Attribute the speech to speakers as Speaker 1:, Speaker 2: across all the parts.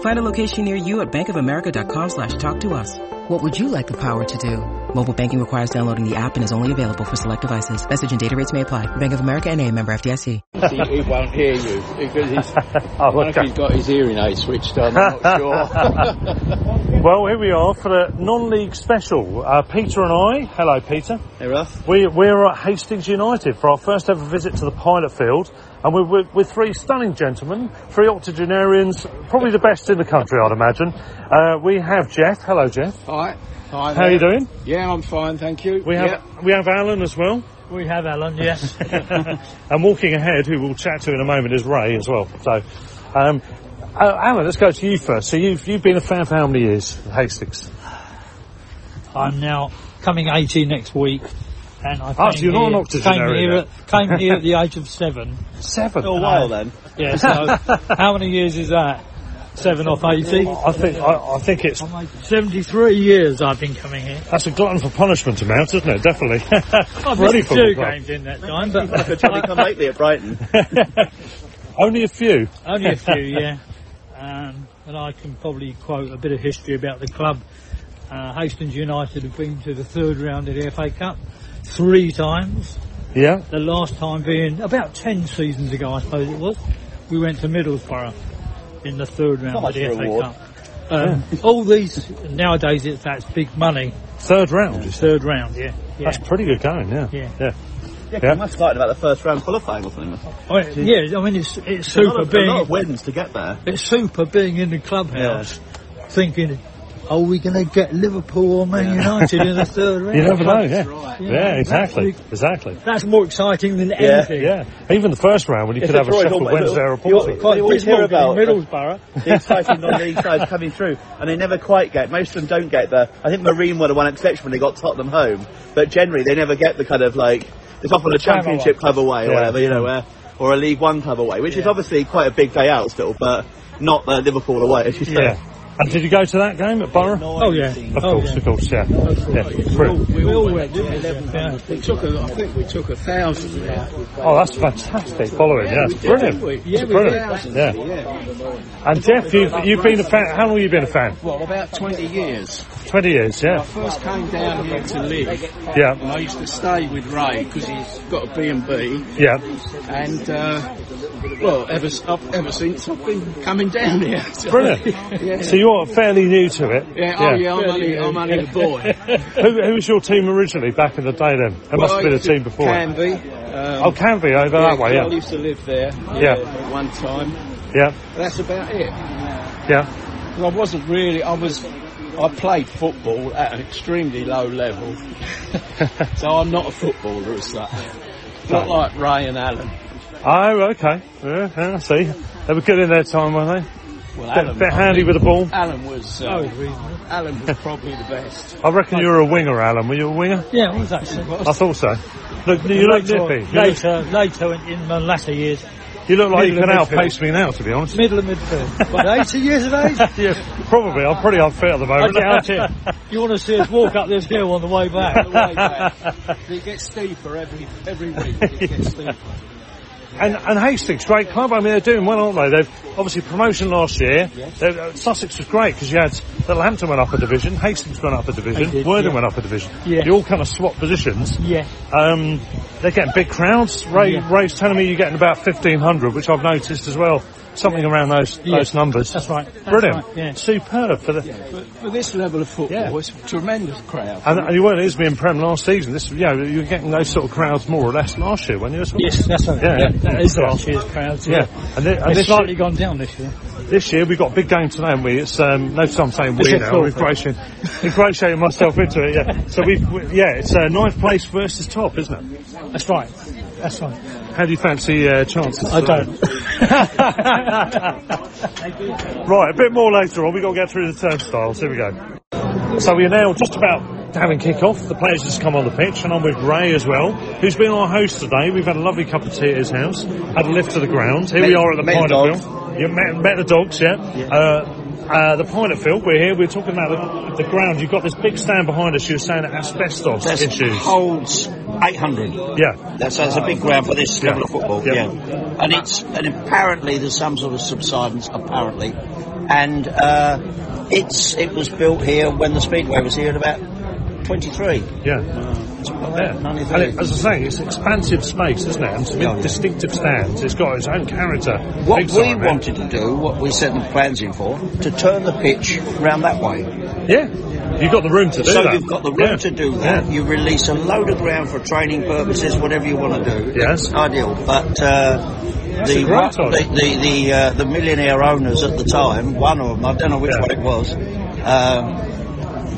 Speaker 1: Find a location near you at bankofamerica.com slash talk to us. What would you like the power to do? Mobile banking requires downloading the app and is only available for select devices. Message and data rates may apply. Bank of America and a member FDIC.
Speaker 2: he, he won't hear you because he's, I
Speaker 3: Oh,
Speaker 2: don't know if
Speaker 3: okay.
Speaker 2: he's got his hearing aid switched on. I'm not sure.
Speaker 3: Well, here we are for a non-league special. Uh, Peter and I, hello Peter,
Speaker 2: hey, Ruff.
Speaker 3: we, we're at Hastings United for our first ever visit to the pilot field and we're with, with three stunning gentlemen, three octogenarians, probably the best in the country I'd imagine. Uh, we have Jeff, hello Jeff,
Speaker 2: Hi. Hi.
Speaker 3: how are you
Speaker 2: there.
Speaker 3: doing?
Speaker 2: Yeah, I'm fine, thank you.
Speaker 3: We have,
Speaker 2: Yeah.
Speaker 3: we have Alan as well.
Speaker 4: We have Alan, yes.
Speaker 3: And walking ahead, who we'll chat to in a moment, is Ray as well. So, um, uh, Alan, let's go to you first. So you've you've been a fan for how many years? at Hastings.
Speaker 4: I'm now coming 80 next week. And I
Speaker 3: Ah,
Speaker 4: came
Speaker 3: so you're not
Speaker 4: here-
Speaker 3: an octogenarian
Speaker 4: Came here,
Speaker 3: then.
Speaker 4: at, came here at the age of seven.
Speaker 3: Seven.
Speaker 4: Oh, wow. Yeah, so how many years is that? Seven off 80?
Speaker 3: I think I, I think it's
Speaker 4: 73 years I've been coming here.
Speaker 3: that's a glutton for punishment amount, isn't it? Definitely.
Speaker 4: I've
Speaker 3: Ready
Speaker 4: missed
Speaker 3: for
Speaker 4: two
Speaker 3: football.
Speaker 4: games in that time, but
Speaker 2: lately at Brighton.
Speaker 3: Only a few.
Speaker 4: Only a few, yeah. Um, and I can probably quote a bit of history about the club. Uh, Hastings United have been to the third round of the FA Cup three times.
Speaker 3: Yeah.
Speaker 4: The last time being about 10 seasons ago, I suppose it was, we went to Middlesborough in the third round
Speaker 2: much
Speaker 4: of the
Speaker 2: for a
Speaker 4: FA
Speaker 2: walk.
Speaker 4: Cup. Um, all these, nowadays it's that's big money,
Speaker 3: Third round. you said.
Speaker 4: third round, yeah. yeah.
Speaker 3: That's pretty good going. Yeah.
Speaker 4: Yeah.
Speaker 3: Yeah.
Speaker 5: Yeah, I'm excited about the first round qualifying or something.
Speaker 4: I, yeah, I mean, it's, it's
Speaker 5: A
Speaker 4: super
Speaker 5: lot, of, a
Speaker 4: being,
Speaker 5: lot of wins to get there.
Speaker 4: it's super being in the clubhouse thinking, are we going to get Liverpool or Man United in the third round?
Speaker 3: You never know. Yeah.
Speaker 4: Yeah,
Speaker 3: Yeah. Exactly.
Speaker 4: that's-
Speaker 3: Exactly.
Speaker 4: That's more exciting than anything.
Speaker 3: Yeah. Even the first round when you could have
Speaker 5: a
Speaker 3: a
Speaker 5: draw,
Speaker 3: Sheffield
Speaker 5: don't-
Speaker 3: Wednesday or a
Speaker 5: you're-
Speaker 3: Portsmouth.
Speaker 4: Quite
Speaker 5: They always
Speaker 4: dismal
Speaker 5: hear
Speaker 4: being
Speaker 6: uh,
Speaker 5: about-
Speaker 4: Middlesbrough.
Speaker 5: The exciting non-league sides coming through, and they never quite get. Most of them don't get there. I think Marine were the one exception when they got Tottenham home, but generally they never get the kind of like it's often a Championship club away or
Speaker 3: Yeah.
Speaker 5: whatever, you know, uh, or a League One club away, which is obviously quite a big day out still, but not uh, Liverpool away, as you say.
Speaker 3: Yeah. And did you go to that game at Borough?
Speaker 4: Oh yeah.
Speaker 3: Of
Speaker 4: oh,
Speaker 3: course,
Speaker 4: yeah.
Speaker 3: of course, yeah. yeah. Brilliant.
Speaker 4: We all went to it, yeah. Oh,
Speaker 2: We took, a, I think we took a thousand. Yeah.
Speaker 3: Oh, that's fantastic following. Yeah, it's brilliant.
Speaker 2: Yeah,
Speaker 3: it's brilliant. Yeah. And Jeff, you've, you've been a fan. How long have you been a fan?
Speaker 2: Well, about 20 years.
Speaker 3: Twenty years.
Speaker 2: I
Speaker 3: Yeah.
Speaker 2: first came down here to live, and
Speaker 3: Yeah.
Speaker 2: I used to stay with Ray because he's got a B&B.
Speaker 3: Yeah.
Speaker 2: and uh, well, ever s- I've- ever since I've been coming down here. So,
Speaker 3: Brilliant.
Speaker 2: yeah.
Speaker 3: So you're fairly new to it.
Speaker 2: yeah, oh yeah, I'm only, I'm only a boy.
Speaker 3: who, who was your team originally back in the day then? There must have been a team before.
Speaker 2: Canby.
Speaker 3: oh,
Speaker 2: Um,
Speaker 3: Canby over that way,
Speaker 2: I
Speaker 3: yeah.
Speaker 2: used to live there.
Speaker 3: Yeah.
Speaker 2: At one time.
Speaker 3: Yeah,
Speaker 2: That's about it.
Speaker 3: yeah,
Speaker 2: 'Cause I wasn't really. I was. I played football at an extremely low level, so I'm not a footballer as such. Not like Ray and Alan.
Speaker 3: Oh, okay. Yeah, yeah, I see. They were good in their time, weren't they?
Speaker 2: Well,
Speaker 3: Bit,
Speaker 2: Alan.
Speaker 3: bit handy with the ball.
Speaker 2: Alan was.
Speaker 4: Oh,
Speaker 2: Uh,
Speaker 4: it's reasonable.
Speaker 2: Alan was probably the best.
Speaker 3: I reckon you were a winger, Alan. Were you a winger?
Speaker 4: Yeah, what was that?
Speaker 3: I thought so. Look, you look nippy. You look,
Speaker 4: Later, later in, in my latter years,
Speaker 3: you look like you can
Speaker 4: middle of
Speaker 3: outpace me now, to be honest.
Speaker 4: middle of midfield. But 80 years of age?
Speaker 3: yeah, probably. I'm pretty unfit at the
Speaker 4: I
Speaker 3: moment.
Speaker 4: doubt it. You want to see us walk up this hill on the way back?
Speaker 2: The way back. It gets steeper every every week. It gets steeper.
Speaker 3: And, and Hastings, great club. I mean, they're doing well, aren't they? They've obviously promotion last year. They've- uh, Sussex was great because you had Hampton went up a division, Hastings went up a division,
Speaker 4: They did,
Speaker 3: Worthing
Speaker 4: yeah.
Speaker 3: went up a division.
Speaker 4: Yeah.
Speaker 3: You all kind of swap positions.
Speaker 4: Yeah.
Speaker 3: Um, they're getting big crowds. Ray,
Speaker 4: Yeah.
Speaker 3: Ray's telling me you're getting about 1,500, which I've noticed as well. Something around those
Speaker 4: Yeah.
Speaker 3: those numbers.
Speaker 4: That's right. That's
Speaker 3: Brilliant.
Speaker 4: right, yeah.
Speaker 3: Superb for the.
Speaker 2: But for this level of football,
Speaker 3: Yeah.
Speaker 2: it's a tremendous crowd.
Speaker 3: And, and you weren't at Isby and Prem last season. This, you know, you were getting those sort of crowds more or less last year, weren't you? As well?
Speaker 4: Yes, that's right.
Speaker 3: Yeah, yeah.
Speaker 4: That is last year's crowd.
Speaker 3: Yeah. And, thi- and
Speaker 4: It's
Speaker 3: this,
Speaker 4: slightly gone down this year.
Speaker 3: this year we've got a big game today, haven't we? It's um, no time saying
Speaker 4: It's
Speaker 3: we
Speaker 4: a
Speaker 3: now.
Speaker 4: full
Speaker 3: We've
Speaker 4: thing.
Speaker 3: ingratiated, ingratiated myself into it. Yeah. So we've we, yeah, it's uh, ninth place versus top, isn't it?
Speaker 4: That's right. That's right.
Speaker 3: How do you fancy uh, chances?
Speaker 4: I
Speaker 3: for
Speaker 4: don't.
Speaker 3: that? right, a bit more later on. We've got to get through the turnstiles. Here we go. So we're now just about having kick-off. The players just come on the pitch, and I'm with Ray as well, who's been our host today. We've had a lovely cup of tea at his house, had a lift to the ground. Here we
Speaker 5: Met-
Speaker 3: are at the
Speaker 5: met the
Speaker 3: Pint
Speaker 5: dogs.
Speaker 3: You met, met the dogs, yeah? Uh, uh, the Pilot Field, we're here, we're talking about the, the ground. You've got this big stand behind us, you were saying asbestos
Speaker 6: That's
Speaker 3: issues.
Speaker 6: holds 800.
Speaker 3: Yeah.
Speaker 6: That's, that's a big ground for this
Speaker 3: Oh, Yeah.
Speaker 6: level of football.
Speaker 3: Yeah.
Speaker 6: Yeah. And it's and apparently there's some sort of subsidence apparently, and uh, it's it was built here when the speedway was here in about 23.
Speaker 3: Yeah. Yeah. And
Speaker 6: 93.
Speaker 3: it, as I say, it's expansive space, isn't it? And it's with
Speaker 6: Yeah, yeah.
Speaker 3: distinctive stands. It's got its own character.
Speaker 6: What
Speaker 3: Big
Speaker 6: we
Speaker 3: sign there.
Speaker 6: wanted to do, what we set the plans in for, to turn the pitch round that way.
Speaker 3: Yeah. You've got the room to do
Speaker 6: so
Speaker 3: that.
Speaker 6: you've got the room
Speaker 3: Yeah.
Speaker 6: to do that.
Speaker 3: Yeah.
Speaker 6: You release a load of ground for training purposes, whatever you want to do.
Speaker 3: Yes.
Speaker 6: It's ideal. But uh, the,
Speaker 3: a great
Speaker 6: the the the, uh, the millionaire owners at the time, one of them, I don't know which
Speaker 3: Yeah.
Speaker 6: one it was, um,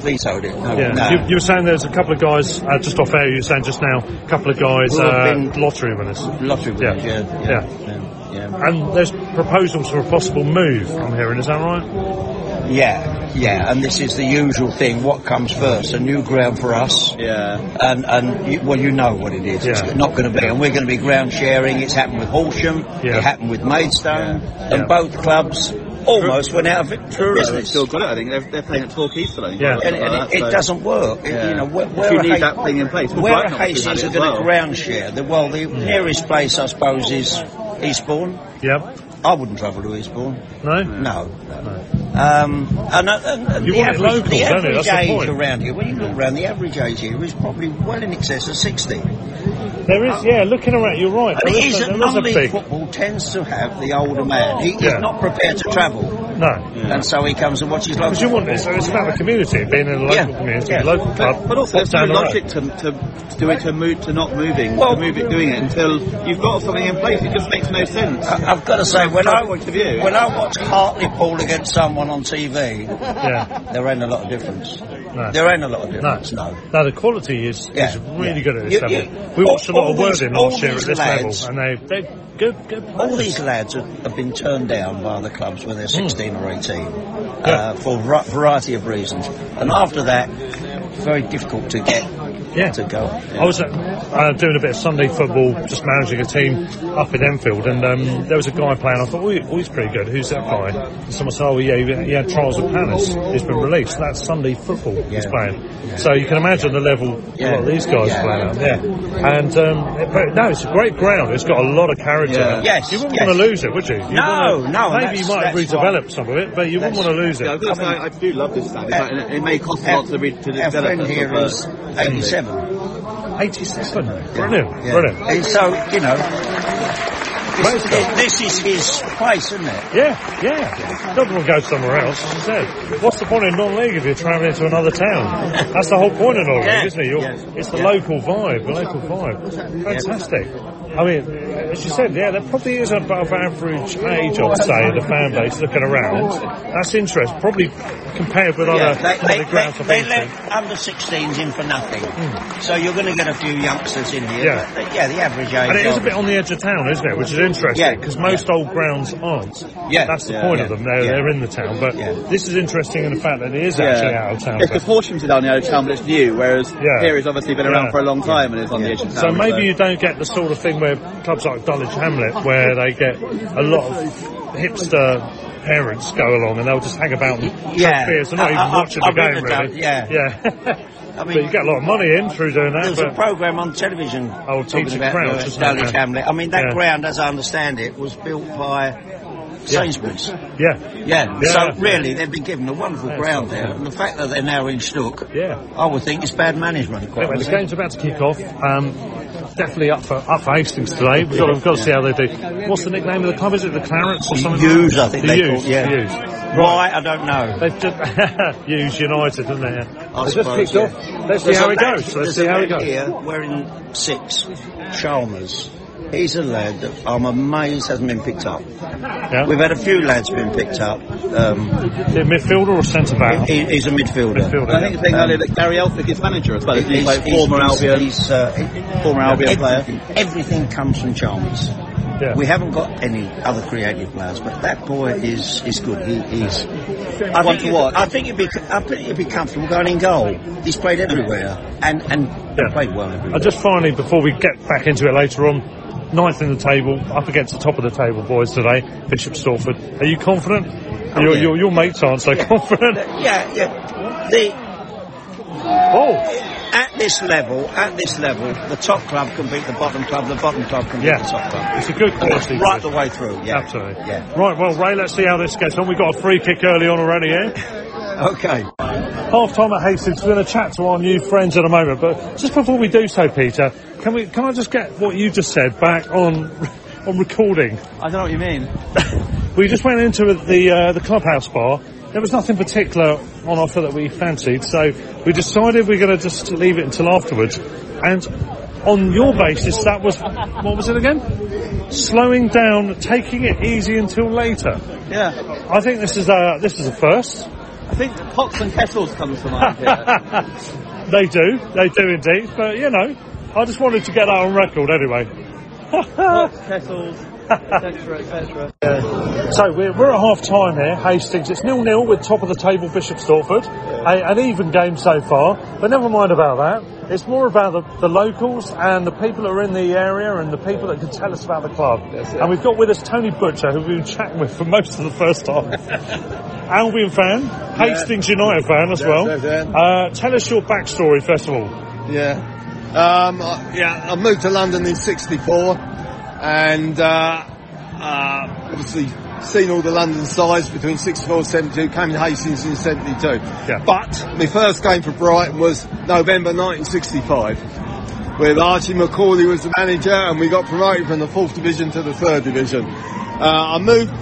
Speaker 6: vetoed it. No,
Speaker 3: Yeah.
Speaker 6: no.
Speaker 3: You, you were saying there's a couple of guys, uh, just off air, you were saying just now, a couple of guys,
Speaker 6: Who have
Speaker 3: uh,
Speaker 6: been-
Speaker 3: lottery winners.
Speaker 6: lottery winners.
Speaker 3: Yeah.
Speaker 6: Yeah.
Speaker 3: Yeah.
Speaker 6: Yeah. yeah. yeah.
Speaker 3: And there's proposals for a possible move, I'm hearing, is that right?
Speaker 6: Yeah, yeah, and this is the usual thing. What comes first? A new ground for us,
Speaker 5: Yeah.
Speaker 6: and and you, well, you know what it is.
Speaker 3: Yeah.
Speaker 6: It's not going to be, and we're going to be ground sharing. It's happened with Horsham.
Speaker 3: Yeah.
Speaker 6: It happened with Maidstone, and
Speaker 3: Yeah.
Speaker 6: both clubs almost went out of
Speaker 5: Truro
Speaker 6: business.
Speaker 5: still got it. I think they're, they're playing at Torquay today.
Speaker 3: Yeah.
Speaker 6: and, and it, it doesn't work. It-
Speaker 5: Yeah.
Speaker 6: You know, where,
Speaker 5: If
Speaker 6: where
Speaker 5: you
Speaker 6: are
Speaker 5: need
Speaker 6: Hay-
Speaker 5: that thing in place, well,
Speaker 6: where are
Speaker 5: Brighton obviously
Speaker 6: Hastings
Speaker 5: had it
Speaker 6: are
Speaker 5: as
Speaker 6: going to
Speaker 5: well.
Speaker 6: ground share? The, well, the nearest place, I suppose, is Eastbourne.
Speaker 3: Yep.
Speaker 6: I wouldn't travel to Eastbourne.
Speaker 3: No?
Speaker 6: No. Um, and, uh, and, and
Speaker 3: You
Speaker 6: the
Speaker 3: want it
Speaker 6: average,
Speaker 3: local,
Speaker 6: the
Speaker 3: don't you?
Speaker 6: average
Speaker 3: That's the
Speaker 6: age
Speaker 3: point.
Speaker 6: around here, when you look around, the average age here is probably well in excess of 60. And
Speaker 3: There is, yeah, looking around, you're right. There
Speaker 6: it
Speaker 3: is,
Speaker 6: is
Speaker 3: a-
Speaker 6: that
Speaker 3: there is a
Speaker 6: non-league
Speaker 3: big.
Speaker 6: football tends to have the older man. He,
Speaker 3: Yeah.
Speaker 6: He's not prepared to travel,
Speaker 3: No.
Speaker 6: and so he comes and watches local
Speaker 3: Because you want it's, it's about the community, being in a local
Speaker 6: Yeah.
Speaker 3: community,
Speaker 6: Yeah.
Speaker 3: local club.
Speaker 5: But, but also,
Speaker 3: pop
Speaker 5: there's no
Speaker 3: down the road.
Speaker 5: logic to, to do it to move to not moving,
Speaker 6: Well-
Speaker 5: to move it, doing it until you've got something in place. It just makes no sense.
Speaker 6: I- I've got to say, when I,
Speaker 5: From point of view.
Speaker 6: when I watch Hartlepool against someone on TV,
Speaker 3: Yeah.
Speaker 6: there ain't a lot of difference.
Speaker 3: No.
Speaker 6: There ain't a lot of
Speaker 3: No,
Speaker 6: difference, no.
Speaker 3: No, the quality is, is
Speaker 6: Yeah,
Speaker 3: really
Speaker 6: yeah.
Speaker 3: good at this
Speaker 6: You-
Speaker 3: level.
Speaker 6: you-
Speaker 3: we watched a lot
Speaker 6: all
Speaker 3: of Worthing
Speaker 6: these- all
Speaker 3: last year at
Speaker 6: these
Speaker 3: this
Speaker 6: lads-
Speaker 3: level, and they they good good
Speaker 6: All
Speaker 3: players.
Speaker 6: these lads have, have been turned down by the clubs when they're
Speaker 3: Hmm.
Speaker 6: 16 or 18 uh, for a var- variety of reasons. And after that, very difficult to get
Speaker 3: Yeah.
Speaker 6: to go.
Speaker 3: I was uh, uh, doing a bit of Sunday football, just managing a team up in Enfield, and um, there was a guy playing. I thought, oh, he- oh, he's pretty good. Who's that guy? And someone said, oh, yeah, he, he had trials at Palace. He's been released. That's Sunday football he's
Speaker 6: Yeah.
Speaker 3: playing. So you can imagine the level a lot of these guys
Speaker 6: Yeah.
Speaker 3: playing at. Yeah. And um, it- but no, it's a great ground. It's got a lot of character.
Speaker 5: Yeah.
Speaker 6: Yes,
Speaker 3: You wouldn't
Speaker 6: yes.
Speaker 3: want to lose it, would you? you
Speaker 6: No,
Speaker 3: wanna-
Speaker 6: no,
Speaker 3: Maybe you
Speaker 6: that's-
Speaker 3: might
Speaker 6: that's
Speaker 3: redevelop some of it, but you wouldn't want to lose it.
Speaker 5: Yeah, I've got to say, I do love this stand. It's like, it, it may cost a lot to, re- to
Speaker 6: Our
Speaker 5: develop
Speaker 6: friend
Speaker 5: it,
Speaker 6: here
Speaker 5: but-
Speaker 6: is 87.
Speaker 3: 87. Brilliant,
Speaker 6: Yeah.
Speaker 3: brilliant.
Speaker 6: And so, you know, this, this is his place, isn't it?
Speaker 3: Yeah, yeah. Not going to go somewhere else, as you said. What's the point of non-league if you're travelling to another town? That's the whole point of non-league,
Speaker 6: Yeah.
Speaker 3: isn't it? You're,
Speaker 6: Yeah.
Speaker 3: It's the
Speaker 6: Yeah.
Speaker 3: local vibe, the local vibe. Fantastic. I mean, as you said, yeah, there probably is above average age, I'd say, in the fan base looking around. That's interesting. Probably compared with other,
Speaker 6: they,
Speaker 3: other
Speaker 6: they,
Speaker 3: grounds
Speaker 6: they,
Speaker 3: I've
Speaker 6: they
Speaker 3: been to.
Speaker 6: let under 16s in for nothing. So you're going to get a few youngsters in here.
Speaker 3: Hmm. Yeah.
Speaker 6: But, yeah, the average age.
Speaker 3: And it is a
Speaker 6: of-
Speaker 3: bit on the edge of town, isn't it? Which is interesting
Speaker 6: Yeah.
Speaker 3: because most old grounds aren't.
Speaker 6: Yeah.
Speaker 3: that's the
Speaker 6: Yeah.
Speaker 3: point
Speaker 6: Yeah.
Speaker 3: of them. They're,
Speaker 6: Yeah.
Speaker 3: they're in the town, but
Speaker 6: Yeah.
Speaker 3: this is interesting in the fact that it is actually out of town.
Speaker 5: It's
Speaker 3: but-
Speaker 5: because Horsham's down the out of town, but it's new, whereas
Speaker 3: Yeah.
Speaker 5: here it's obviously been
Speaker 3: Yeah.
Speaker 5: around for a long time and it's on the edge of
Speaker 3: so
Speaker 5: town.
Speaker 3: maybe you don't get the sort of thing where clubs like Dulwich Hamlet, where they get a lot of hipster parents go along and they'll just hang about and
Speaker 6: Yeah.
Speaker 3: yeah. beers and not
Speaker 6: I-
Speaker 3: even
Speaker 6: I- I-
Speaker 3: watching
Speaker 6: I've
Speaker 3: the
Speaker 6: been
Speaker 3: game
Speaker 6: adult,
Speaker 3: really.
Speaker 6: yeah.
Speaker 3: Yeah.
Speaker 6: I
Speaker 3: but you get a lot of money in through doing that.
Speaker 6: There was
Speaker 3: But
Speaker 6: a programme on television
Speaker 3: Oh,
Speaker 6: talking
Speaker 3: Teacher
Speaker 6: about
Speaker 3: Crouch,
Speaker 6: the
Speaker 3: isn't it?
Speaker 6: Dulwich
Speaker 3: Yeah.
Speaker 6: Hamlet. I mean, that
Speaker 3: Yeah.
Speaker 6: ground, as I understand it, was built by Sainsbury's.
Speaker 3: yeah.
Speaker 6: Yeah.
Speaker 3: Yeah.
Speaker 6: So really, they've been given a wonderful
Speaker 3: Yeah,
Speaker 6: ground
Speaker 3: it's not
Speaker 6: there,
Speaker 3: bad.
Speaker 6: and the fact that they're now in Stook,
Speaker 3: Yeah.
Speaker 6: I would think it's bad management. Quite
Speaker 3: Anyway, the
Speaker 6: honestly.
Speaker 3: game's about to kick off. Um, definitely up for up for Hastings today. We've got, we've got to see how they do. What's the nickname of the club? Is it the Clarets or something?
Speaker 6: Hughes, I think
Speaker 3: the
Speaker 6: they
Speaker 3: Hughes,
Speaker 6: call- yeah.
Speaker 3: the Hughes.
Speaker 6: Why I don't know.
Speaker 3: They've just Hughes United, haven't they? Yeah.
Speaker 6: I
Speaker 3: They've just
Speaker 6: suppose,
Speaker 3: kicked
Speaker 6: yeah.
Speaker 3: off. Let's see how it goes. Let's
Speaker 6: There's
Speaker 3: see
Speaker 6: a
Speaker 3: how it
Speaker 6: lad
Speaker 3: goes.
Speaker 6: Here, wearing six, Chalmers. He's a lad that I'm amazed hasn't been picked up.
Speaker 3: Yeah.
Speaker 6: We've had a few lads been picked up. Um,
Speaker 3: Is it midfielder or centre back?
Speaker 6: he, he's a midfielder.
Speaker 3: Midfielder.
Speaker 5: I think the thing earlier that Gary Elphick is manager as well. Isn't he?
Speaker 6: He's-
Speaker 5: Like
Speaker 6: he's-
Speaker 5: former
Speaker 6: he's-
Speaker 5: Albion,
Speaker 6: he's, uh, he-
Speaker 5: former Albion
Speaker 6: ev-
Speaker 5: player.
Speaker 6: Everything comes from Chalmers.
Speaker 3: Yeah.
Speaker 6: We haven't got any other creative players, but that boy is is good. He is. I
Speaker 5: One
Speaker 6: think
Speaker 5: to
Speaker 6: he'd-
Speaker 5: watch.
Speaker 6: I think he'd be I think he'd be comfortable going in goal. He's played everywhere and and
Speaker 3: Yeah.
Speaker 6: played well everywhere.
Speaker 3: I just finally, before we get back into it later on, ninth in the table, up against the top of the table boys today, Bishop Stortford. Are you confident? your,
Speaker 6: Oh, yeah.
Speaker 3: your, your mates aren't so confident.
Speaker 6: yeah, yeah. The,
Speaker 3: Oh,
Speaker 6: at this level, at this level, the top club can beat the bottom club. The bottom club can
Speaker 3: Yeah.
Speaker 6: beat the top club.
Speaker 3: it's a good
Speaker 6: And that's
Speaker 3: quality.
Speaker 6: right the way through. Yeah.
Speaker 3: Absolutely.
Speaker 6: Yeah.
Speaker 3: Right, well, Ray, let's see how this gets on. We got a free kick early on already, yeah?
Speaker 6: Okay.
Speaker 3: Half time at Hastings. We're going to chat to our new friends in a moment, but just before we do so, Peter, can we? Can I just get what you just said back on on recording?
Speaker 5: I don't know what you mean.
Speaker 3: We just went into the uh, the clubhouse bar. There was nothing particular on offer that we fancied, so we decided we're going to just leave it until afterwards. And on your basis, that was what was it again? Slowing down, taking it easy until later.
Speaker 5: Yeah.
Speaker 3: I think this is a this is a first.
Speaker 5: I think pots and kettles comes to mind here.
Speaker 3: they do, they do indeed. But you know, I just wanted to get that on record anyway.
Speaker 5: Pots, kettles, etc., etc.
Speaker 3: So we're, we're at half time here, Hastings. It's nil nil with top of the table Bishop Stortford. A, an even game so far, but never mind about that. It's more about the, the locals and the people that are in the area and the people that can tell us about the club.
Speaker 5: That's it.
Speaker 3: And we've got with us Tony Butcher, who we've been chatting with for most of the first half. Albion fan, Hastings United fan as
Speaker 7: Yes,
Speaker 3: well.
Speaker 7: yes, yes.
Speaker 3: Uh, tell us your backstory first of all.
Speaker 7: Yeah. Um, I- yeah, I moved to London in 64 and, uh, uh, obviously seen all the London sides between 64 and 72, came to Hastings in 72.
Speaker 3: Yeah.
Speaker 7: But my first game for Brighton was November 1965 with Archie McCauley was the manager and we got promoted from the fourth division to the third division. Uh, I moved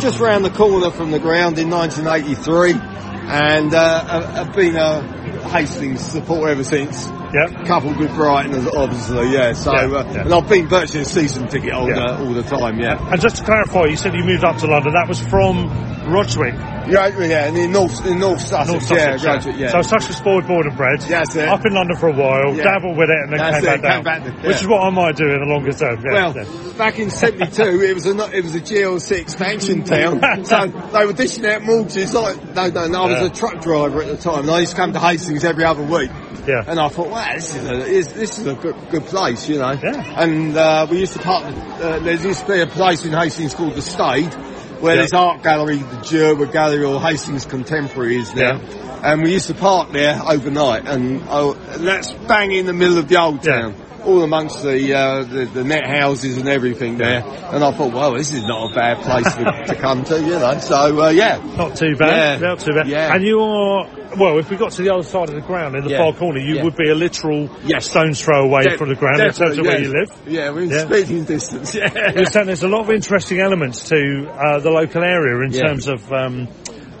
Speaker 7: just round the corner from the ground in 1983 and uh, I- I've been a Hastings supporter ever since
Speaker 3: Yeah.
Speaker 7: coupled with Brighton, as- obviously, yeah. So,
Speaker 3: Yeah,
Speaker 7: uh,
Speaker 3: yeah.
Speaker 7: and I've been virtually a season ticket holder
Speaker 3: Yeah.
Speaker 7: all the time, yeah.
Speaker 3: And just to clarify, you said you moved up to London. That was from Roswick,
Speaker 7: Yeah, yeah, and in North, in North Sussex,
Speaker 3: North
Speaker 7: yeah,
Speaker 3: Sussex.
Speaker 7: graduate, yeah.
Speaker 3: So Sussex forward born and bred.
Speaker 7: That's it.
Speaker 3: Up in London for a while,
Speaker 7: Yeah.
Speaker 3: dabbled with it, and then came,
Speaker 7: That's
Speaker 3: back
Speaker 7: it,
Speaker 3: down,
Speaker 7: came back down, yeah.
Speaker 3: Which is what I might do in the longer term. Yeah,
Speaker 7: well,
Speaker 3: yeah.
Speaker 7: back in '72, it was a no- it was a GL6 expansion town, so they were dishing out mortgages. Like, no, no, no, I was
Speaker 3: Yeah.
Speaker 7: a truck driver at the time, and I used to come to Hastings every other week.
Speaker 3: Yeah.
Speaker 7: And I thought, wow, this is a is, this is a good, good place, you know.
Speaker 3: Yeah.
Speaker 7: And uh, we used to park. Uh, there used to be a place in Hastings called the Stade, where
Speaker 3: Yeah.
Speaker 7: there's art gallery, the Gerber Gallery, or Hastings Contemporary is there. And we used to park there overnight, and oh, and that's bang in the middle of the old
Speaker 3: Yeah.
Speaker 7: town all amongst the, uh, the the net houses and everything there. And I thought, well, this is not a bad place to, to come to, you know. So uh, yeah,
Speaker 3: Not too bad.
Speaker 7: Yeah.
Speaker 3: Not too bad.
Speaker 7: Yeah.
Speaker 3: And you are well. If we got to the other side of the ground in the
Speaker 7: Yeah.
Speaker 3: far corner, you
Speaker 7: Yeah.
Speaker 3: would be a literal
Speaker 7: Yes.
Speaker 3: stone's throw away from the ground in terms of
Speaker 7: Definitely,
Speaker 3: where
Speaker 7: yeah.
Speaker 3: you live.
Speaker 7: Yeah, we're in
Speaker 3: Yeah.
Speaker 7: speaking distance. Yeah.
Speaker 3: You're saying there's a lot of interesting elements to uh, the local area in
Speaker 7: Yeah.
Speaker 3: terms of. Um,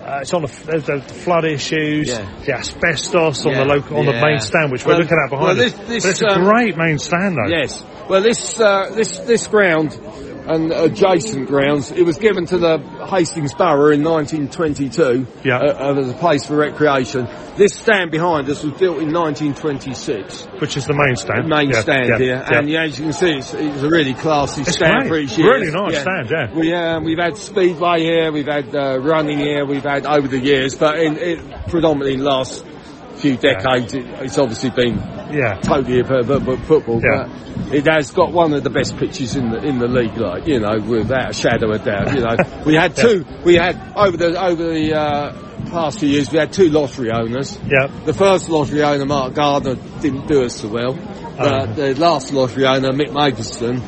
Speaker 3: uh, it's on the, f- there's the flood issues,
Speaker 7: Yeah.
Speaker 3: the asbestos on
Speaker 7: Yeah.
Speaker 3: the local, on the
Speaker 7: Yeah.
Speaker 3: main stand, which we're
Speaker 7: Well,
Speaker 3: looking at behind
Speaker 7: well,
Speaker 3: us.
Speaker 7: this- this,
Speaker 3: but it's a
Speaker 7: um,
Speaker 3: great main stand though.
Speaker 7: Yes. Well, this uh, this this ground and adjacent grounds, it was given to the Hastings Borough in 1922
Speaker 3: Yeah.
Speaker 7: uh, uh, as a place for recreation. This stand behind us was built in 1926,
Speaker 3: Which is the main stand.
Speaker 7: the main
Speaker 3: Yeah,
Speaker 7: stand
Speaker 3: yeah,
Speaker 7: here,
Speaker 3: yeah.
Speaker 7: and yeah, as you can see, it's, it's a really classy
Speaker 3: It's
Speaker 7: stand
Speaker 3: great.
Speaker 7: for each year.
Speaker 3: Really nice stand, yeah.
Speaker 7: We, um, we've had speedway here, we've had uh, running here, we've had over the years, but in, it predominantly in the last few decades, it, it's obviously been
Speaker 3: Yeah.
Speaker 7: totally about, about, about football.
Speaker 3: Yeah.
Speaker 7: But it has got one of the best pitches in the in the league, like you know, without a shadow of doubt. You know, we had two, we had over the over the uh, past few years, we had two lottery owners.
Speaker 3: Yeah.
Speaker 7: The first lottery owner, Mark Gardner, didn't do us so well. Uh,
Speaker 3: Uh-huh.
Speaker 7: the last lottery owner, Mick Magelson,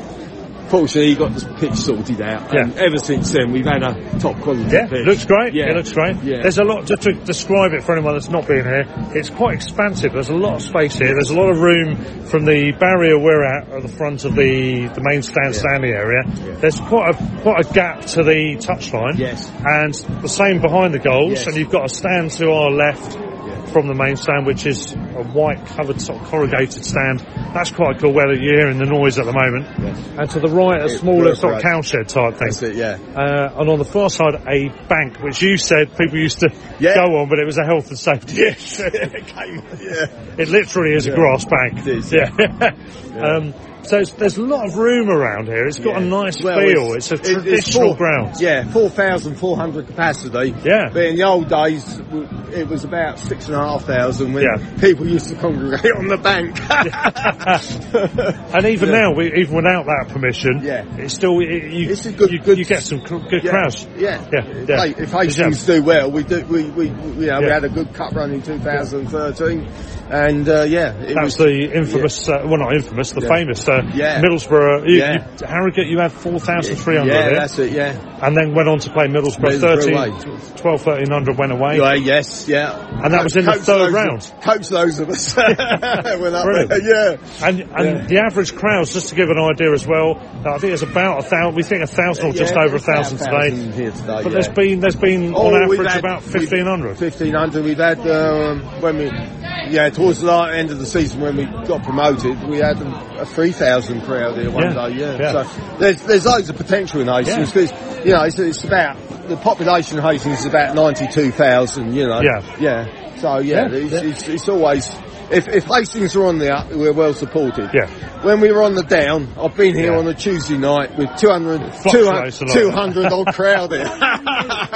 Speaker 7: fortunately he got the pitch sorted out. And ever since then, we've had a top quality
Speaker 3: Yeah,
Speaker 7: pitch.
Speaker 3: looks great.
Speaker 7: Yeah.
Speaker 3: It looks great.
Speaker 7: Yeah.
Speaker 3: There's a lot just to describe it for anyone that's not been here. It's quite expansive. There's a lot of space here. There's a lot of room from the barrier we're at at the front of the, the main stand standing area. There's quite a quite a gap to the touchline.
Speaker 7: Yes.
Speaker 3: And the same behind the goals.
Speaker 7: Yes.
Speaker 3: And you've got a stand to our left. From the main stand, which is a white covered sort of corrugated stand. That's quite cool weather. You're hearing the noise at the moment. And to the right, a
Speaker 7: It-
Speaker 3: smaller sort of
Speaker 7: right.
Speaker 3: cowshed type thing.
Speaker 7: That's it, yeah.
Speaker 3: Uh, and on the far side, a bank, which you said people used to
Speaker 7: Yeah.
Speaker 3: go on, but it was a health and safety issue. it, came- it literally is a grass bank.
Speaker 7: It is,
Speaker 3: yeah. um, so it's, there's a lot of room around here. It's got a nice
Speaker 7: Well,
Speaker 3: feel. It's, a
Speaker 7: it-
Speaker 3: traditional
Speaker 7: four-
Speaker 3: ground.
Speaker 7: Yeah, 4,400 capacity.
Speaker 3: Yeah.
Speaker 7: But in the old days, w- it was about 6,500 when
Speaker 3: Yeah.
Speaker 7: people used to congregate on the bank.
Speaker 3: And even
Speaker 7: Yeah.
Speaker 3: now, we, even without that permission,
Speaker 7: Yeah.
Speaker 3: it's still it, you,
Speaker 7: It's a good-
Speaker 3: you,
Speaker 7: good-
Speaker 3: you get some cr- good
Speaker 7: Yeah,
Speaker 3: crowds.
Speaker 7: Yeah.
Speaker 3: Yeah,
Speaker 7: If
Speaker 3: yeah.
Speaker 7: Hey, If Hastings do well, we do. We we, we, you know, we
Speaker 3: Yeah.
Speaker 7: had a good cup run in 2013, and uh, yeah, it
Speaker 3: That was the infamous, uh, well not infamous, the
Speaker 7: Yeah.
Speaker 3: famous uh,
Speaker 7: Yeah.
Speaker 3: Middlesbrough. You,
Speaker 7: Yeah.
Speaker 3: you, Harrogate, you had 4,300
Speaker 7: Yeah,
Speaker 3: here.
Speaker 7: that's it. Yeah.
Speaker 3: and then went on to play Middlesbrough.
Speaker 7: Middlesbrough
Speaker 3: 13, 12, 1300 went away.
Speaker 7: Yeah, yes, yeah.
Speaker 3: And that was in the
Speaker 7: Coach
Speaker 3: third
Speaker 7: those-
Speaker 3: round.
Speaker 7: Coach those of us. We're not-
Speaker 3: Brilliant.
Speaker 7: yeah.
Speaker 3: And, and
Speaker 7: Yeah.
Speaker 3: the average crowds, just to give an idea as well, uh, I think it's about a thousand, we think a thousand or just
Speaker 7: Yeah,
Speaker 3: over a
Speaker 7: it's about
Speaker 3: thousand today.
Speaker 7: 1,000 here today,
Speaker 3: But
Speaker 7: yeah.
Speaker 3: there's been, there's been on
Speaker 7: Oh, we've
Speaker 3: average
Speaker 7: had-
Speaker 3: about
Speaker 7: we've-
Speaker 3: 1500.
Speaker 7: 1500 we've had um, when we yeah towards the la- end of the season when we got promoted we had a 3000 crowd here one
Speaker 3: Yeah,
Speaker 7: day yeah.
Speaker 3: yeah.
Speaker 7: so there's there's loads of potential in Hastings because you know it's, it's about the population of Hastings is about 92,000 you know
Speaker 3: Yeah.
Speaker 7: yeah so yeah,
Speaker 3: Yeah,
Speaker 7: it's, It's, it's always if, if Hastings are on the up we're well supported
Speaker 3: Yeah.
Speaker 7: when we were on the down I've been here
Speaker 3: Yeah.
Speaker 7: on a Tuesday night with 200
Speaker 3: fluctuates a lot.
Speaker 7: 200 odd crowd here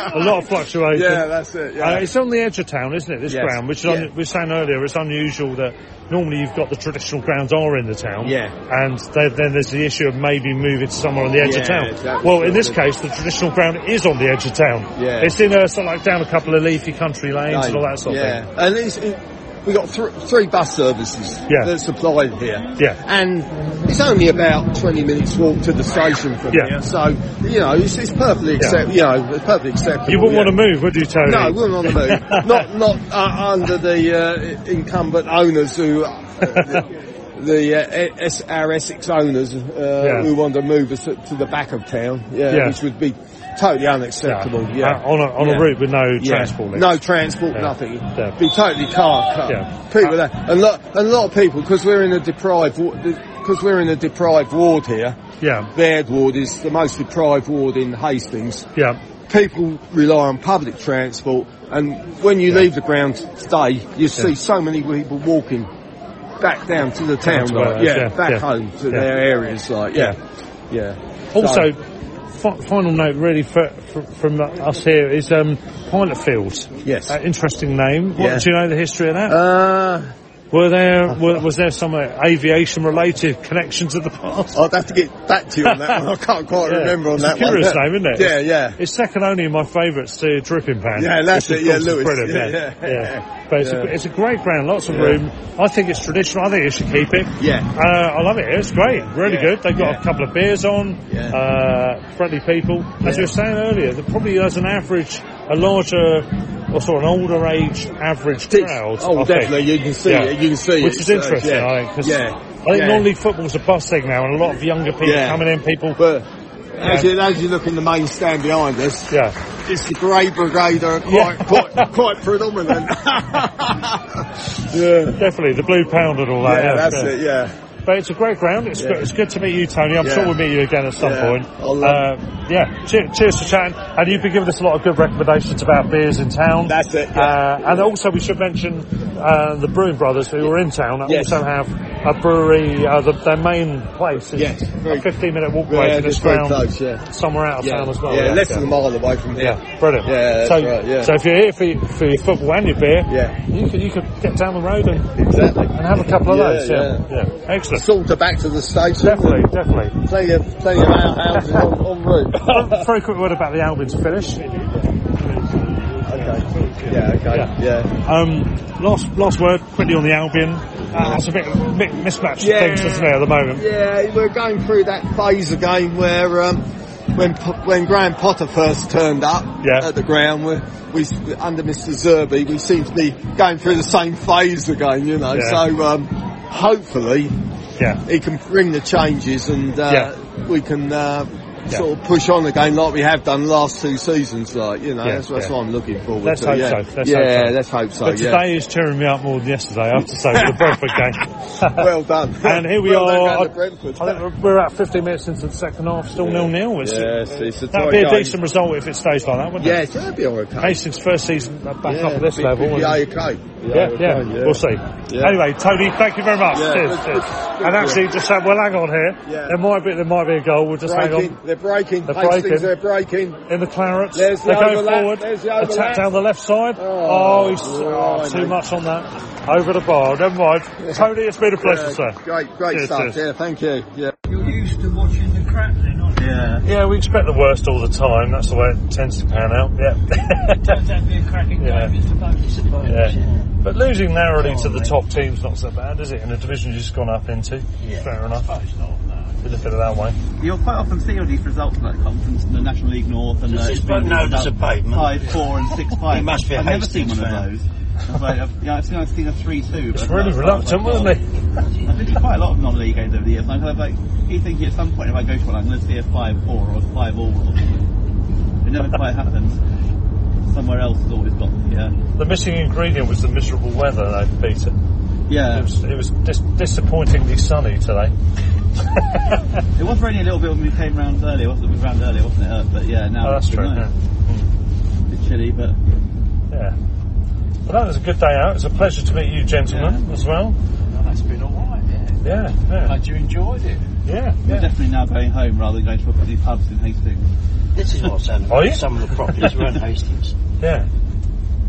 Speaker 3: A lot of fluctuation.
Speaker 7: yeah that's it yeah.
Speaker 3: Uh, it's on the edge of town, isn't it? This
Speaker 7: Yes.
Speaker 3: ground, which is
Speaker 7: Yeah.
Speaker 3: un- we were saying earlier, it's unusual that normally you've got the traditional grounds are in the town.
Speaker 7: Yeah.
Speaker 3: And th- then there's the issue of maybe moving to somewhere on the edge of
Speaker 7: Yeah,
Speaker 3: town.
Speaker 7: exactly.
Speaker 3: Well, in this case, the traditional ground is on the edge of town.
Speaker 7: Yeah.
Speaker 3: It's in a sort of like down a couple of leafy country lanes and all that sort
Speaker 7: yeah.
Speaker 3: of thing.
Speaker 7: And it's, it, we got thr three bus services
Speaker 3: Yeah.
Speaker 7: that supply here.
Speaker 3: Yeah.
Speaker 7: And it's only about 20 minutes walk to the station from
Speaker 3: Yeah.
Speaker 7: here. So, you know, it's, it's perfectly accept, you know, it's perfectly acceptable.
Speaker 3: You wouldn't
Speaker 7: yeah.
Speaker 3: want to move, would you, Tony?
Speaker 7: No, we're not on the move. not not uh, under the uh, incumbent owners who. uh, the the uh, S- our Essex owners uh,
Speaker 3: Yeah.
Speaker 7: who want to move us to to the back of town, yeah,
Speaker 3: Yeah.
Speaker 7: which would be totally unacceptable.
Speaker 3: Uh,
Speaker 7: Yeah,
Speaker 3: on a, on
Speaker 7: Yeah.
Speaker 3: a route with no
Speaker 7: Yeah.
Speaker 3: transport. links.
Speaker 7: No transport,
Speaker 3: Yeah.
Speaker 7: nothing.
Speaker 3: Yeah.
Speaker 7: Be totally car cut.
Speaker 3: Yeah.
Speaker 7: People there, and lot, and a lot of people because we're in a deprived because we're in a deprived ward here.
Speaker 3: Yeah.
Speaker 7: Baird ward is the most deprived ward in Hastings.
Speaker 3: Yeah.
Speaker 7: People rely on public transport, and when you leave the ground today, you see so many people walking back down to the town,
Speaker 3: to
Speaker 7: like,
Speaker 3: where-
Speaker 7: yeah,
Speaker 3: yeah,
Speaker 7: back
Speaker 3: yeah.
Speaker 7: home to
Speaker 3: Yeah.
Speaker 7: their areas, like yeah, yeah.
Speaker 3: Also,
Speaker 7: So-
Speaker 3: fi- final note really for, for, from us here is um, Pilot Fields.
Speaker 7: Yes.
Speaker 3: Uh, interesting name. What,
Speaker 7: Yeah.
Speaker 3: Do you know the history of that?
Speaker 7: uh,
Speaker 3: Were there were, was there some uh, aviation related connections of the past?
Speaker 7: I'd have to get back to you on that one. I can't quite
Speaker 3: Yeah.
Speaker 7: remember on
Speaker 3: it's
Speaker 7: that
Speaker 3: a curious
Speaker 7: one.
Speaker 3: name, isn't it?
Speaker 7: Yeah, yeah.
Speaker 3: It's second only in my favourites to Dripping Pan.
Speaker 7: Yeah, that's
Speaker 3: which
Speaker 7: it.
Speaker 3: of
Speaker 7: Yeah,
Speaker 3: course is
Speaker 7: Lewis.
Speaker 3: Brilliant,
Speaker 7: Yeah,
Speaker 3: yeah,
Speaker 7: yeah, yeah.
Speaker 3: But it's,
Speaker 7: Yeah.
Speaker 3: A, it's a great ground, lots of room. I think it's traditional. I think you should keep it.
Speaker 7: Yeah.
Speaker 3: Uh, I love it. It's great. Really
Speaker 7: Yeah,
Speaker 3: good. They've got
Speaker 7: yeah.
Speaker 3: a couple of beers on.
Speaker 7: Yeah.
Speaker 3: Uh, friendly people. As you were saying earlier, there probably there's an average, a larger, or sort of an older age average
Speaker 7: Six.
Speaker 3: crowd.
Speaker 7: Oh,
Speaker 3: I think.
Speaker 7: definitely. You can see it. You can see
Speaker 3: Which
Speaker 7: it.
Speaker 3: is
Speaker 7: So,
Speaker 3: interesting,
Speaker 7: yeah.
Speaker 3: I think. 'cause
Speaker 7: Yeah.
Speaker 3: I think
Speaker 7: Yeah.
Speaker 3: normally football's a bus thing now, and a lot of younger people
Speaker 7: Yeah.
Speaker 3: coming in, people.
Speaker 7: But as, you, as you look in the main stand behind us,
Speaker 3: yeah.
Speaker 7: it's the Grey Brigade are quite,
Speaker 3: Yeah.
Speaker 7: quite, quite predominant. yeah.
Speaker 3: Definitely, the blue pound and all that.
Speaker 7: Yeah, that's it, yeah.
Speaker 3: But it's a great ground. It's,
Speaker 7: Yeah.
Speaker 3: good, it's good to meet you, Tony. I'm
Speaker 7: Yeah.
Speaker 3: sure we'll meet you again at some
Speaker 7: Yeah.
Speaker 3: point.
Speaker 7: I'll,
Speaker 3: Uh,
Speaker 7: um,
Speaker 3: yeah. Cheer, cheers for chatting. And you've been giving us a lot of good recommendations about beers in town.
Speaker 7: That's it, yeah.
Speaker 3: Uh, and also, we should mention uh, the Brewing Brothers who are in town.
Speaker 7: Yes.
Speaker 3: Also have a brewery, uh, the, their main place is
Speaker 7: Yes, very-
Speaker 3: a 15 minute walk away
Speaker 7: Yeah,
Speaker 3: from this
Speaker 7: just very
Speaker 3: town,
Speaker 7: close, yeah.
Speaker 3: somewhere out of
Speaker 7: Yeah,
Speaker 3: town as well.
Speaker 7: yeah, less than a mile away from here.
Speaker 3: Yeah, brilliant.
Speaker 7: Yeah, that's
Speaker 3: so,
Speaker 7: right, yeah.
Speaker 3: so if you're here for, your- for your football and your beer,
Speaker 7: Yeah.
Speaker 3: you could you could get down the road and,
Speaker 7: Exactly.
Speaker 3: and have a couple of
Speaker 7: Yeah,
Speaker 3: those. Yeah, yeah, excellent.
Speaker 7: Sort of back to the station.
Speaker 3: Definitely, definitely.
Speaker 7: Plenty of, plenty of outhouses on, on route.
Speaker 3: One Very quick word about the Albion's finish.
Speaker 7: Okay. Yeah, okay.
Speaker 3: Yeah.
Speaker 7: Yeah.
Speaker 3: Um, last last word quickly on the Albion. Uh, that's a bit, bit mismatched
Speaker 7: Yeah.
Speaker 3: things, isn't it, at the moment?
Speaker 7: Yeah, we're going through that phase again where um, when P- when Graham Potter first turned up
Speaker 3: Yeah.
Speaker 7: at the ground, we, we s- under Mr. Zerby, we seem to be going through the same phase again, you know.
Speaker 3: Yeah.
Speaker 7: So um, hopefully
Speaker 3: Yeah.
Speaker 7: he can bring the changes and uh, we can. Uh,
Speaker 3: Yeah.
Speaker 7: Sort of push on again like we have done the last two seasons, like you know.
Speaker 3: Yeah,
Speaker 7: that's that's
Speaker 3: yeah.
Speaker 7: what I'm looking forward
Speaker 3: Let's
Speaker 7: to.
Speaker 3: hope
Speaker 7: yeah,
Speaker 3: so, let's
Speaker 7: yeah,
Speaker 3: hope so.
Speaker 7: let's hope so.
Speaker 3: But
Speaker 7: yeah.
Speaker 3: today is cheering me up more than yesterday, I have to say, with the Brentford game.
Speaker 7: well done.
Speaker 3: And here we
Speaker 7: Well done
Speaker 3: are.
Speaker 7: down to Brentford.
Speaker 3: I think we're, we're at 15 minutes into the second half, still nil-nil. It's-
Speaker 7: Yes, it's a
Speaker 3: That'd
Speaker 7: tight
Speaker 3: be a
Speaker 7: game.
Speaker 3: decent result if it stays like that, wouldn't
Speaker 7: Yeah,
Speaker 3: it?
Speaker 7: it's going to be all okay.
Speaker 3: Hastings' first season back up at this
Speaker 7: be-
Speaker 3: level.
Speaker 7: be
Speaker 3: and-
Speaker 7: okay.
Speaker 3: yeah, yeah, we'll see.
Speaker 7: Yeah.
Speaker 3: Anyway, Tony, thank you very much.
Speaker 7: Yeah,
Speaker 3: Cheers,
Speaker 7: good-
Speaker 3: cheers.
Speaker 7: good- good
Speaker 3: And actually, just have, we'll hang on here.
Speaker 7: Yeah.
Speaker 3: There might be there might be a goal. We'll just hang
Speaker 7: Breaking,
Speaker 3: on.
Speaker 7: they're breaking.
Speaker 3: They're
Speaker 7: Hastings,
Speaker 3: breaking.
Speaker 7: They're breaking.
Speaker 3: in the clarets.
Speaker 7: There's the
Speaker 3: They're going
Speaker 7: overlap,
Speaker 3: forward.
Speaker 7: there's the
Speaker 3: a tap
Speaker 7: overlap.
Speaker 3: down the left side. Oh,
Speaker 7: Oh,
Speaker 3: he's oh,
Speaker 7: blimey.
Speaker 3: too much on that. Over the bar. Never mind. Tony, it's been a pleasure,
Speaker 7: Yeah,
Speaker 3: sir.
Speaker 7: Great, great
Speaker 3: Cheers,
Speaker 7: stuff.
Speaker 3: cheers.
Speaker 7: Yeah, thank you. Yeah.
Speaker 4: You're used to watching the crap then, aren't you?
Speaker 5: Yeah.
Speaker 3: Yeah, we expect the worst all the time. That's the way it tends to pan out. Yeah.
Speaker 4: Turns out to be a cracking
Speaker 3: Yeah.
Speaker 4: game, it's about to suppose.
Speaker 3: yeah. But losing narrowly to the top team's not so bad, is it? In a division you've just gone up into. Fair enough.
Speaker 4: It's not, no.
Speaker 3: If you look at it that way.
Speaker 5: You'll quite often see all these results from that conference in the National League North and uh,
Speaker 6: Does
Speaker 5: the
Speaker 6: this bloke know there's a pavement?
Speaker 5: five, four, and six five.
Speaker 6: He must be a
Speaker 5: I've never seen
Speaker 6: Hastings
Speaker 5: one
Speaker 6: fan.
Speaker 5: of those. I've, like, I've, yeah, I've seen I've seen a three two.
Speaker 3: It's really reluctant, wasn't it?
Speaker 5: I've been to quite a lot of non-league games over the years. And I'm kind of like, you think at some point if I go to one, I'm going to see a five four or a five all. Or something. it never quite happens. Somewhere else has always got the uh,
Speaker 3: The missing ingredient was the miserable weather, though, Peter. It
Speaker 5: yeah.
Speaker 3: was, it was dis- disappointingly sunny today.
Speaker 5: It was raining a little bit when we came round earlier, wasn't it? We round earlier, wasn't it? Uh, But yeah, now
Speaker 3: Oh, that's
Speaker 5: it's been
Speaker 3: true.
Speaker 5: nice.
Speaker 3: Yeah.
Speaker 5: A bit chilly, but
Speaker 3: Yeah. Well, that was a good day out. It's a pleasure to meet you, gentlemen, as well.
Speaker 4: That's been alright, yeah.
Speaker 3: Yeah, yeah,
Speaker 4: Glad you enjoyed it.
Speaker 3: yeah.
Speaker 5: we're
Speaker 3: yeah.
Speaker 5: definitely now going home rather than going to a bloody pubs in Hastings.
Speaker 6: This is what's happening.
Speaker 3: Are you?
Speaker 6: Some of the properties were in Hastings.
Speaker 3: yeah.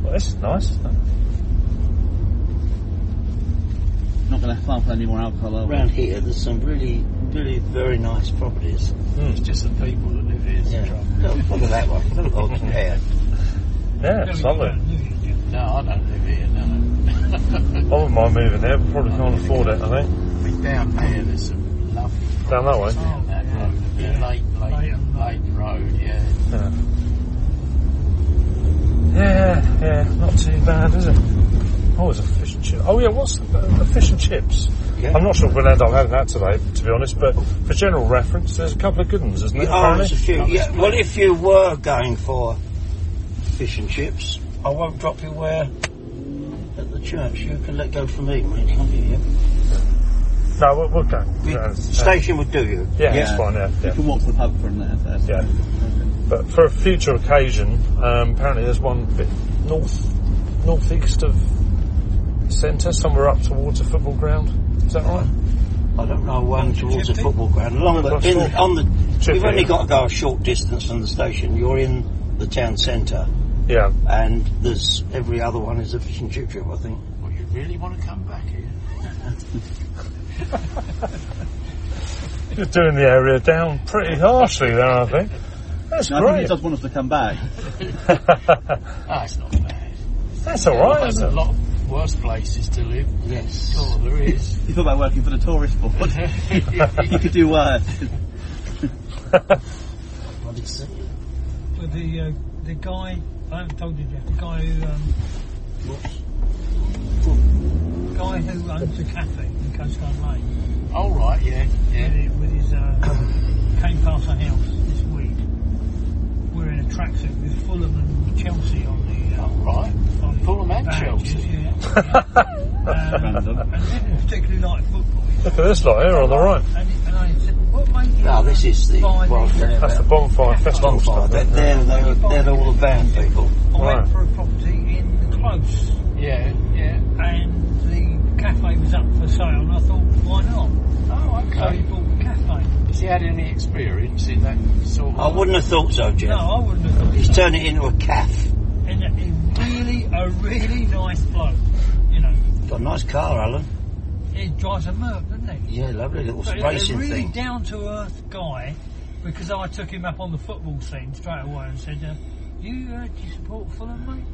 Speaker 3: Well, this is nice. isn't it?
Speaker 5: Not going to sample any more alcohol. Are we?
Speaker 6: Around here, there's some really, really very nice properties.
Speaker 3: Hmm.
Speaker 4: It's just the people that live here.
Speaker 6: Yeah. Look at that one. Look at that hair.
Speaker 3: Yeah, solid.
Speaker 4: No, I don't live here,
Speaker 3: I
Speaker 4: no.
Speaker 3: wouldn't mind moving there. but Probably can't afford it, I think.
Speaker 4: Down here, there's some lovely
Speaker 3: Down that way.
Speaker 4: on that road. Yeah. Late, late, late road, yeah.
Speaker 3: Yeah. yeah, yeah. Not too bad, is it? Oh, there's a fish and chip. Oh, yeah. What's the, uh, the fish and chips?
Speaker 6: Yeah.
Speaker 3: I'm not sure we'll end up having that today, to be honest. But for general reference, there's a couple of good ones, isn't there?
Speaker 6: Oh, there's a
Speaker 3: apparently?
Speaker 6: few. Yeah. Well, if you were going for fish and chips, I won't drop you where at the church. You can let go for me, mate. Can't you? Yeah.
Speaker 3: No, we'll, we'll go.
Speaker 6: We-
Speaker 3: Yeah,
Speaker 6: Station would do you.
Speaker 3: yeah, it's fine. Yeah, yeah.
Speaker 5: You can walk to the pub from there. So that's
Speaker 3: Yeah. But for a future occasion, um, apparently there's one bit north, northeast of centre, somewhere up towards a football ground. Is that right?
Speaker 6: I don't know one towards the football ground. Along the,
Speaker 3: Not
Speaker 6: in,
Speaker 3: sure.
Speaker 6: on the,
Speaker 3: Chipping.
Speaker 6: you've only got to go a short distance from the station. You're in the town centre,
Speaker 3: Yeah.
Speaker 6: and there's every other one is a fish and chip shop, I think.
Speaker 4: Well, you really want to come back here?
Speaker 3: You're doing the area down pretty harshly there, I think. That's
Speaker 5: No, I think he
Speaker 3: great.
Speaker 5: does want us to come back.
Speaker 4: Ah, it's not bad.
Speaker 3: That's all right,
Speaker 4: There's
Speaker 3: isn't
Speaker 4: a
Speaker 3: it?
Speaker 4: lot of worse places to live.
Speaker 6: Yes.
Speaker 4: Oh, there is.
Speaker 5: He's thought about working for the tourist board. he could do worse.
Speaker 6: Bloody sea.
Speaker 4: But the uh, the guy I haven't told you yet. The guy who um, what? guy who owns a cafe in Coast Guard Lane. Oh right, yeah, yeah. With his, with his uh, came past our house this week. We're in a tracksuit with Fulham and Chelsea on the. Uh, right. On Fulham and Chelsea. Yeah.
Speaker 5: Random.
Speaker 4: um, and didn't particularly like football.
Speaker 3: Look at this lot here on the right.
Speaker 4: And, and I said, what made you?
Speaker 6: No, this is the
Speaker 4: buy
Speaker 6: well,
Speaker 4: this? uh,
Speaker 6: yeah,
Speaker 3: That's the bonfire festival
Speaker 6: bonfire.
Speaker 3: stuff.
Speaker 6: They're,
Speaker 3: isn't it?
Speaker 6: they're, they're, they're all the band people.
Speaker 4: I
Speaker 3: Right.
Speaker 4: went for a property in Close. Yeah, yeah. And the cafe was up for sale, and I thought, why not?
Speaker 2: Oh,
Speaker 4: So he
Speaker 2: okay.
Speaker 4: bought the cafe.
Speaker 2: Has he had any experience in that sort of...
Speaker 8: I wouldn't have thought so,
Speaker 4: No,
Speaker 8: Jeff.
Speaker 4: I wouldn't have thought.
Speaker 8: He's
Speaker 4: so.
Speaker 8: turned it into a calf.
Speaker 4: and he's really a really nice bloke. You know,
Speaker 8: Got a nice car, Alan.
Speaker 4: he drives a Merc, doesn't he?
Speaker 8: Yeah, lovely little
Speaker 4: But he's a
Speaker 8: racing
Speaker 4: really
Speaker 8: thing.
Speaker 4: down to earth guy because I took him up on the football scene straight away and said, uh, "You uh, do you support Fulham, mate?"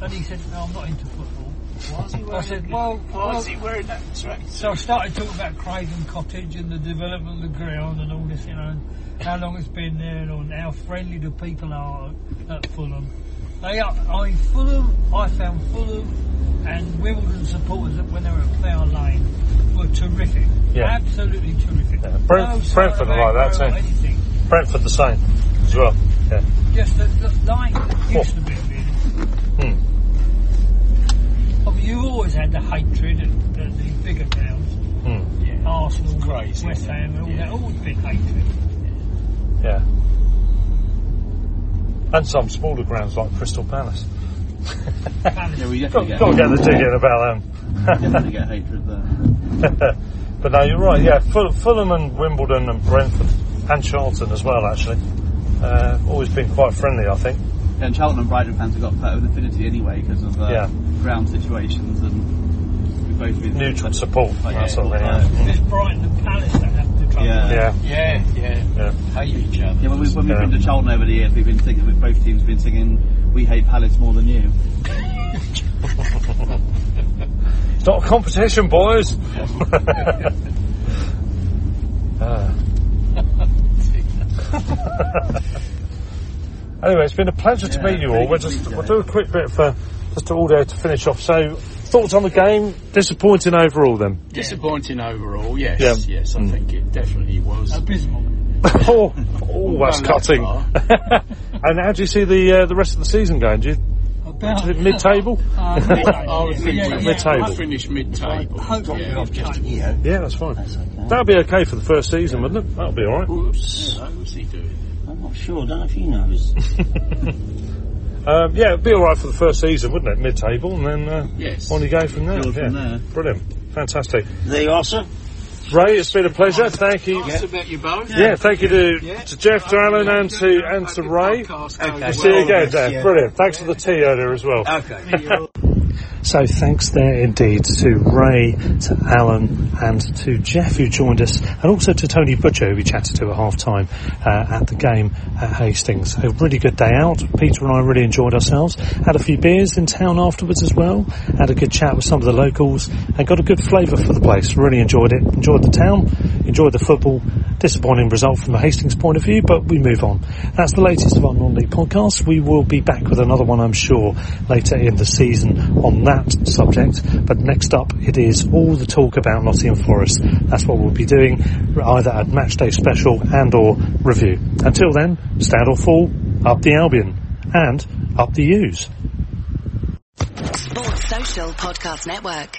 Speaker 4: And he said, "No, I'm not into football."
Speaker 2: Why is he wearing,
Speaker 4: I said, "Well,
Speaker 2: why
Speaker 4: well."
Speaker 2: is he wearing that tracksuit?
Speaker 4: So I started talking about Craven Cottage and the development of the ground and all this, you know, and how long it's been there and all, and how friendly the people are at Fulham. They are, I Fulham, I found Fulham and Wimbledon supporters that when they were at Flower Lane were terrific.
Speaker 3: Yeah.
Speaker 4: Absolutely terrific.
Speaker 3: Brent-
Speaker 4: no sign
Speaker 3: Brentford
Speaker 4: of
Speaker 3: are like that
Speaker 4: aggro or
Speaker 3: too.
Speaker 4: Anything.
Speaker 3: Brentford the same as well. Yeah.
Speaker 4: Just the, the line used to be really. I mean, you've always had the hatred at, at the bigger towns.
Speaker 3: Hmm.
Speaker 2: Yeah.
Speaker 4: Arsenal,
Speaker 2: Crazy,
Speaker 4: West
Speaker 2: isn't it?
Speaker 4: Ham, and all
Speaker 2: Yeah.
Speaker 4: that, always been hatred.
Speaker 3: Yeah. And some smaller grounds like Crystal Palace.
Speaker 4: Palace.
Speaker 9: Yeah, we definitely
Speaker 3: Got,
Speaker 9: get,
Speaker 3: got to get the dig in about
Speaker 9: definitely get hatred there.
Speaker 3: them. but no, you're right. Yeah, Ful- Fulham and Wimbledon and Brentford and Charlton as well. Actually, uh, always been quite friendly. I think.
Speaker 9: And Charlton and Brighton fans have got quite an affinity anyway because of
Speaker 5: uh,
Speaker 9: the
Speaker 3: Yeah.
Speaker 9: ground situations and we've both been
Speaker 3: Neutral support.
Speaker 9: Oh, yeah,
Speaker 3: that sort of thing,
Speaker 9: all
Speaker 3: yeah.
Speaker 9: the time.
Speaker 4: There's Brighton and Palace that have to trouble.
Speaker 9: Yeah.
Speaker 3: Yeah.
Speaker 2: Yeah, yeah.
Speaker 3: Yeah.
Speaker 2: Hate each other.
Speaker 9: Yeah, when we've, when we've
Speaker 3: Yeah.
Speaker 8: Um,
Speaker 9: been to Charlton over the years, we've been thinking, we've both teams been singing, "We hate Palace more than you."
Speaker 3: It's not a competition, boys. Ah. anyway, it's been a pleasure to
Speaker 9: Yeah,
Speaker 3: meet you all.
Speaker 9: really
Speaker 3: We'll
Speaker 9: good
Speaker 3: just
Speaker 9: meeting,
Speaker 3: we'll do a quick bit for just to audio to finish off. So, thoughts on the game? Disappointing overall, then.
Speaker 2: Disappointing overall, yes,
Speaker 3: Yeah. Mm.
Speaker 2: yes, I think it definitely was.
Speaker 4: Abysmal.
Speaker 3: oh, oh, that's
Speaker 2: Well, that's
Speaker 3: cutting.
Speaker 2: far.
Speaker 3: and how do you see the uh, the rest of the season going? Do you
Speaker 4: About
Speaker 3: mid-table?
Speaker 4: Uh,
Speaker 2: I would think
Speaker 4: yeah, yeah,
Speaker 2: we-
Speaker 3: Mid-table.
Speaker 2: I finished mid-table.
Speaker 4: Hopefully
Speaker 2: Yeah.
Speaker 4: mid-table.
Speaker 8: Just, you know,
Speaker 3: yeah, that's fine.
Speaker 8: that's okay.
Speaker 3: That'll be okay for the first season, wouldn't it? That'll be all right.
Speaker 2: Whoops. Yeah, what's he doing?
Speaker 8: I'm not sure. I don't know if he knows.
Speaker 3: Um, yeah, it'd be all right for the first season, wouldn't it? Mid-table, and then uh,
Speaker 2: Yes.
Speaker 3: on you go from there.
Speaker 9: Build
Speaker 3: yeah.
Speaker 9: from there.
Speaker 3: Brilliant, fantastic.
Speaker 8: There you are, sir.
Speaker 3: Ray, it's been a pleasure. Thank you.
Speaker 2: Nice to meet you both.
Speaker 3: Yeah, thank you to, to Jeff, to Alan, and to and to Ray.
Speaker 2: Okay.
Speaker 3: We'll see you again, Dan. Brilliant. Thanks for the tea earlier as well.
Speaker 8: Okay.
Speaker 7: So thanks there indeed to Ray, to Alan, and to Jeff who joined us, and also to Tony Butcher who we chatted to at half time uh, at the game at Hastings. A really good day out. Peter and I really enjoyed ourselves. Had a few beers in town afterwards as well. Had a good chat with some of the locals and got a good flavour for the place. Really enjoyed it. Enjoyed the town. Enjoyed the football. Disappointing result from a Hastings point of view, but we move on. That's the latest of our non-league podcast. We will be back with another one, I'm sure, later in the season on that subject. But next up, it is all the talk about Nottingham Forest. That's what we'll be doing, either at matchday special and or review. Until then, stand or fall, up the Albion and up the U's.
Speaker 6: Sports Social Podcast Network.